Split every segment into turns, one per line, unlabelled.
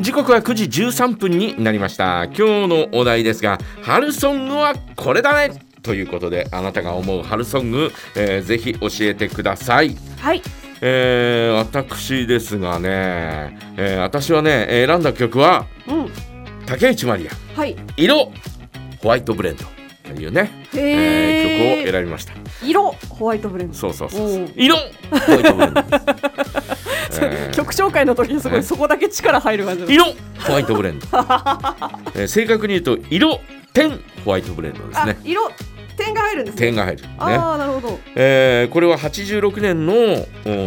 時刻は9時13分になりました今日のお題ですが春ソングはこれだねということであなたが思う春ソング、えーぜひ教えてください
はい
えー私ですがね、えー私はね選んだ曲は
うん
竹内まりや
はい
色ホワイトブレンドというね、
へ
えー
え
曲を選びました
色ホワイトブレンド
そうそうそうそう
おう
色ホワイトブレン ドですえー
曲紹介の時にすご
え
いそこだけ力入る感じ
色ホワイトブレ ンド、えー正確に言うと色点ホワイトブレンドです
あ
ね
色点が入るんですね
点が入るね、
ああなるほど
えーこれは86年の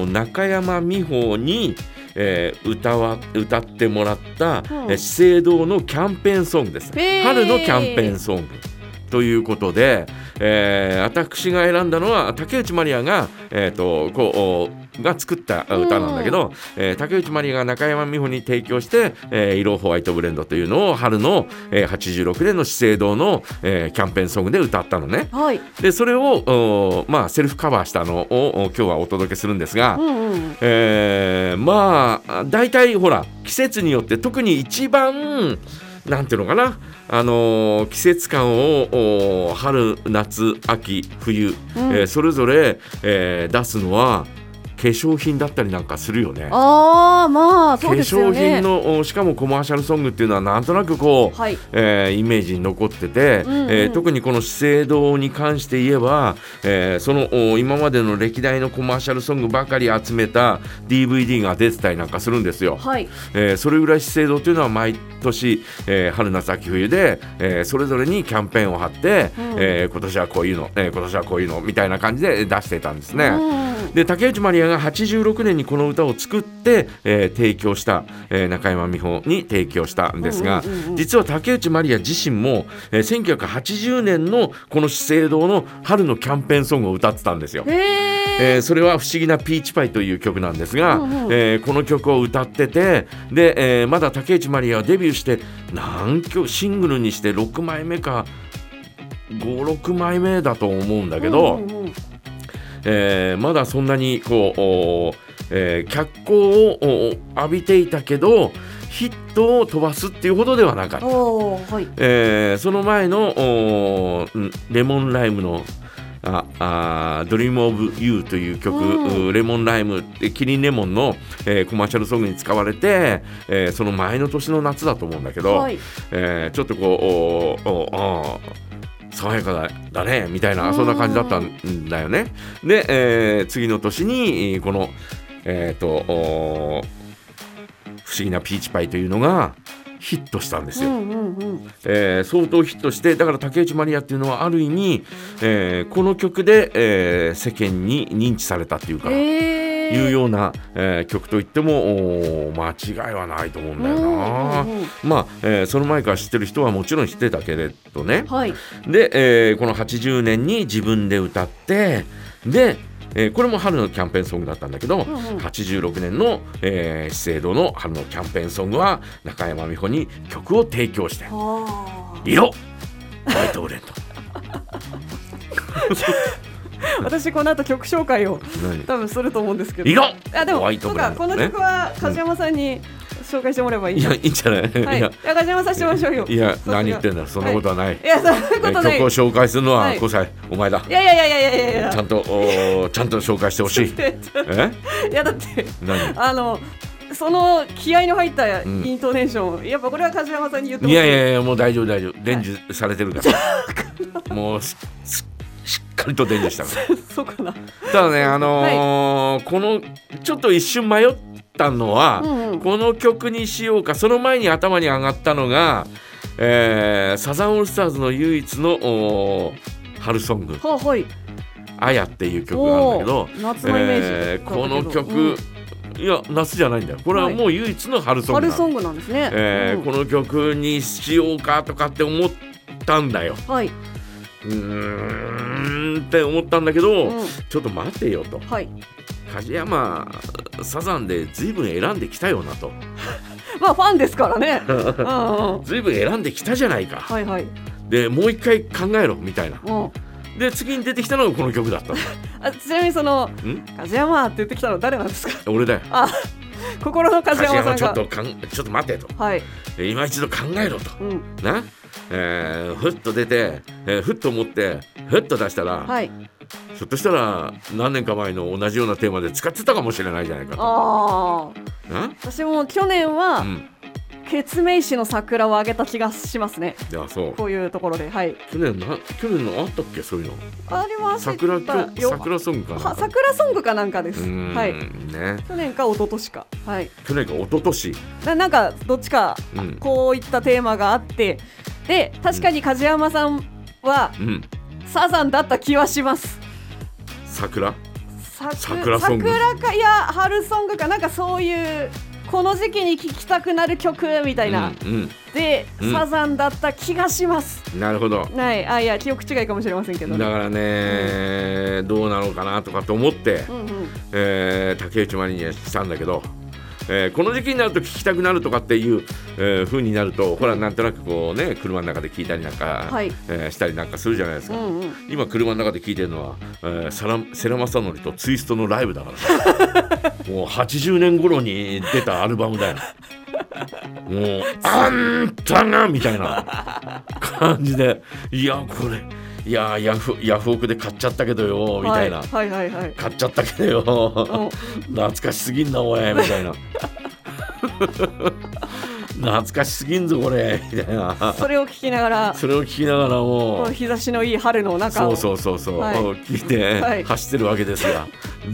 お中山美穂に、えー歌わ歌ってもらった、
うん
えー資生堂のキャンペーンソングです
へー
春のキャンペーンソングということで、えー私が選んだのは竹内まりやが、えー、とこうおが作ったあ歌なんだけど、えー竹内まりやが中山美穂に提供して「えー色ホワイトブレンド」というのを春の、えー86年の資生堂の、えーキャンペーンソングで歌ったのね。
はい
でそれをおーまあ、セルフカバーしたのをお今日はお届けするんですが、
うんうん
えーまあ大体ほら季節によって特に一番なんていうのかな、あのー季節感をおー春夏秋冬、
うん
えーそれぞれ、えー出すのは化粧品だったりなんかするよね。
ああまあ
化
そうですよ
粧
ね
品のおしかもコマーシャルソングっていうのはなんとなくこう、
はい
えーイメージに残ってて、
うんうん
えー特にこの資生堂に関して言えば、えーそのお今までの歴代のコマーシャルソングばかり集めた DVD が出てたりなんかするんですよ。
はい
えーそれぐらい資生堂というのは毎年、えー春夏秋冬で、えーそれぞれにキャンペーンを張って、
うん
えー今年はこういうの、えー今年はこういうのみたいな感じで出してたんですね。
うん
で竹内まりやが86年にこの歌を作って、えー提供した、えー中山美穂に提供したんですが、
うんうんうんうん
実は竹内まりや自身も、えー1980年のこの資生堂の春のキャンペーンソングを歌ってたんですよ。
へえ
えーそれは「不思議なピーチパイ」という曲なんですが、
うんうん
えーこの曲を歌っててで、えーまだ竹内まりやはデビューして何曲シングルにして6枚目か56枚目だと思うんだけど。
うんうんうん
えーまだそんなにこう、おーえー脚光をおー浴びていたけどヒットを飛ばすっていうほどではなかった、
おーはい
えーその前のおーんレモンライムの「ああドリームオブユーという曲、
うん
うレモンライムえキリンレモンの、えーコマーシャルソングに使われて、えーその前の年の夏だと思うんだけど、
はい
えーちょっとこうおーおーあー爽やかだだねみたいな
うん
そんな感じだったんだよね。で、えー次の年にえーこのえっ、とおー不思議なピーチパイというのがヒットしたんです
う
よ。
んうんうん
えー相当ヒットしてだから竹内まりやっていうのはある意味、えーこの曲で、えー世間に認知されたっていうか。
へえ
いうような、えー曲といってもおー間違いはないと思うんだよな。
うんうんうん
まあ、えーその前から知ってる人はもちろん知ってたけれどね
はい
で、えーこの80年に自分で歌ってで、えーこれも春のキャンペーンソングだったんだけど、
んうん
86年の、えー資生堂の春のキャンペーンソングは中山美穂に曲を提供して
あー
色ホワイトブレンド
私この後曲紹介を
何
多分すると思うんですけど
色
あで
ホワイ
も
ト
そう
ブレ
か
ン
こ
ド
の
ね
曲は梶山さんに紹介してもらえばいい
い
な
やいいんじゃない、
はいい、い
や
や梶山さんしてもらいましょうよ
いや
さすが
何言ってんだそんなことはない、
いやそういうことない
曲を紹介するのは
はい
5歳、お前だ
いやいやいやいやいやいや
ちゃんとおーちゃんと紹介してほしいえ
いやだって
何
あのその気合の入ったイ
ん
ントネーション、やっぱこれは梶山さんに言って
い
ほしい
やいやいやもう大丈夫大丈夫伝授されてる からもうしししっかりと伝授したか
そうかな
らただねあのーこのちょっと一瞬迷ったのは、
うんうん
この曲にしようかその前に頭に上がったのが、えーサザンオールスターズの唯一のおー春ソング
はあはい
「あや」っていう曲があるんだけど
おー夏のイメージ
えーこの
だったけど
曲、いや夏じゃないんだよこれはもう唯一の春ソングな
春
の
ソングなんですね、
えー
うん
この曲にしようかとかって思ったんだよ。
はいう
ーんって思ったんだけど、
うん
ちょっと待てよと
はい
梶山サザンで随分選んできたよなと
まあファンですから ねうんうんうん
随分選んできたじゃないか、
はいはい
でもう一回考えろみたいな
うん
で次に出てきたのがこの曲だったの
あちなみにその
ん
「梶山」って言ってきたの誰なんですか
俺だよ
あ心の梶
梶
山
山ち
さ
ょ
ん
っ
が
とかんちょっと待てと
はい、
え今一度考えろと
うん、
な、えーふっと出て、えーふっと持ってふっと出したら、
はい、
ひょっとしたら何年か前の同じようなテーマで使ってたかもしれないじゃないかと。
ああ、
な
私も去年
う
は
ん、
ケツメイシの桜をあげた気がしますね。
いやそう
こういうところで、はい、
去年な去年のあったっけそういうの
ありました
桜きょ
よ。
桜ソングかな
は桜ソングかなんかで
う
す。
ーん、
はい、
ね
去年か一昨年か、はい、
去年か一昨年
ななんかどっちか
うん
こういったテーマがあって、で確かに梶山さんは
うん
サザンだった気はします。
桜
さく
桜ソング
桜かいや春ソングかなんかそういうこの時期に聴きたくなる曲みたいな、
うん、
で、
うん
サザンだった気がします。
うん、なるほど
はい、あいや記憶違いかもしれませんけど
だ
ね。
からね、どうなのかなとかと思って、
うんうん、
えー竹内まりにはしたんだけど、えーこの時期になると聞きたくなるとかっていう、えー、風になるとほらなんとなくこうね車の中で聞いたりなんか、
はい
えーしたりなんかするじゃないです
う
か。
んうん。
今車の中で聞いてるのは、えー、サラセラマサノリとツイストのライブだから もう80年頃に出たアルバムだよ もう「あんたが」みたいな感じで「いやこれいやヤフヤフオクで買っちゃったけどよ」みたいな、
はいはいはいはい。
買っちゃったけどよ懐かしすぎんなおいみ たいな懐かしすぎんぞこれみたいな
それを聞きながら、
それを聞きながらも
こ
う
う日差しのいい春の中
そ
を
うそうそうそう、
はい
聞いて
はい
走ってるわけですが、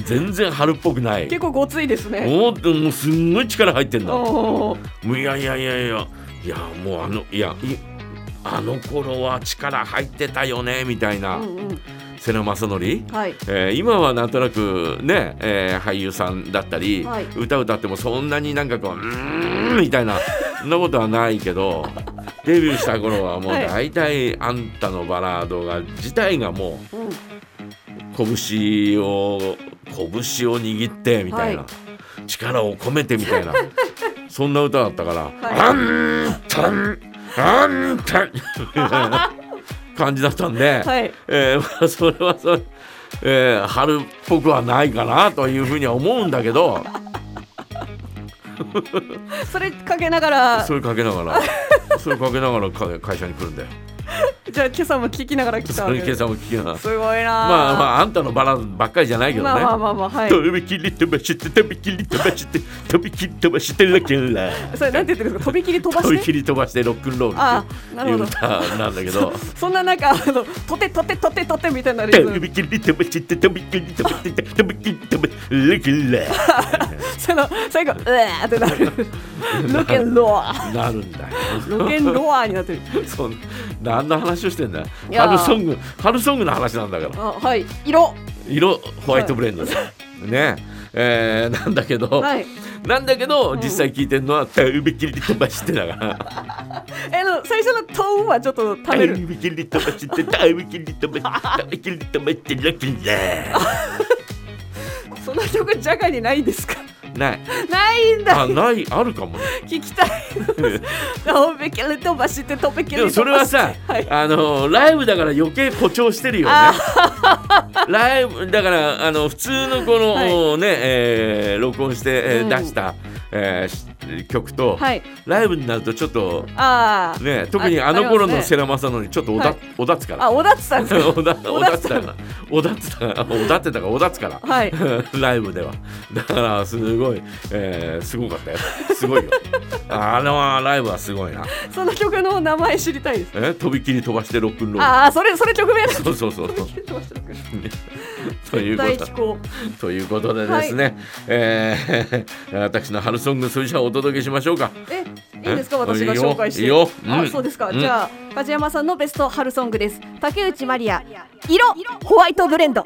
全然春っぽくない
結構ごついですね。
もうもうすんごい力入ってんだも
おおー。
ういやいやいやいやいやもうあのいやいあの頃は力入ってたよねみたいな、
うんうん。
瀬名正則、
はい。
えー今はなんとなくね、えー俳優さんだったり、
はい
歌歌ってもそんなになんかこう「うーん」みたいなそんなことはないけど デビューした頃はもう
は
大
い
体「あんたのバラードが」自体がもう
うん。
拳を拳を握ってみたいな、
は
力を込めてみた いなそんな歌だったから「
はい
あんたんあんたん」感じだったん で、
はい。
えー まあ、それはそれ、えー春っぽくはないかなというふうには思うんだけど
それかけながら、
それかけなが らそれかけながらか会社に来るんだよ。
じゃあ今朝も聞きながら来た
そ
わ
れ
け
今
です。
朝も聞きながら
すごいな。
まあまああんたのバラばっかりじゃないけどね。
まあまあまあまあはい。
飛び切り飛ばして飛び切り飛ばして飛び切り飛ばしてラケ ラ
それなんて言ってるんですか。飛び切り飛ば
飛び
して。
切り飛ばしてロックンロー
あ
ル
あ、な
ってい
る
う歌
ほど。
なんだけど
そんな中、あの、とてとてとてとてみたいなリズ
飛
ム。
び切り飛ばして飛び切り飛ばして飛び切り飛ばしてラケ
その、最後、うわーってなる。ロケンロア。
ラなるんだよ
ロケンロアになってる。
そん何の話をしてんだよ
いや
春ソング春ソングの話なんだから
あ、はい。色。
色ホワイトブレンドだよねえーなんだけど
はい。
なんだけど
ん
実際聴いてるのは飛び切り飛ばしてだから
えの最初のトーンはちょっと食べる。
びきり飛ばして、だいぶきり飛ばして、だいぶきり飛ばして、ラッキー だ。
その曲ジャガにないですか。
ない。
ないんだ
あ、。ない、あるかもね。
聞きたい。 飛べきり飛ばして飛べきり
でもそ
飛ばして。
れはさ、
はい。
あのライブだから余計誇張してるよね。ライブだからあの普通のこの、ね、
は
えー録音して、えー
うん
出した、えーし曲と、
はい。
ライブになるとちょっと
ああ。
ね特に
あ
あの頃
あり
の
ますね
世良正則ちょっとおだ、
はい
おだつから。
あ、小田さん です か。
おだおだつだからおだつだからおだってたからおだつから。
はい。
ライブではだからすごい、えーすごかったよす ごいよあのライブはすごいな
その曲の名前知りたいです。
えとびきり飛ばしてロックンロー
ああ、それそれ曲名だ。
ルそうそうそうそう
飛ばして飛ばして
というこ
大
と
飛行。
ということでですね、えー私の春ソングそれじゃあお届けしましょうか
え、いいですか
え
私が紹介して。
いいよいいようん
あ、そうですか。
うん
じゃあ梶山さんのベスト春ソングです。竹内まりや、色ホワイトブレンド。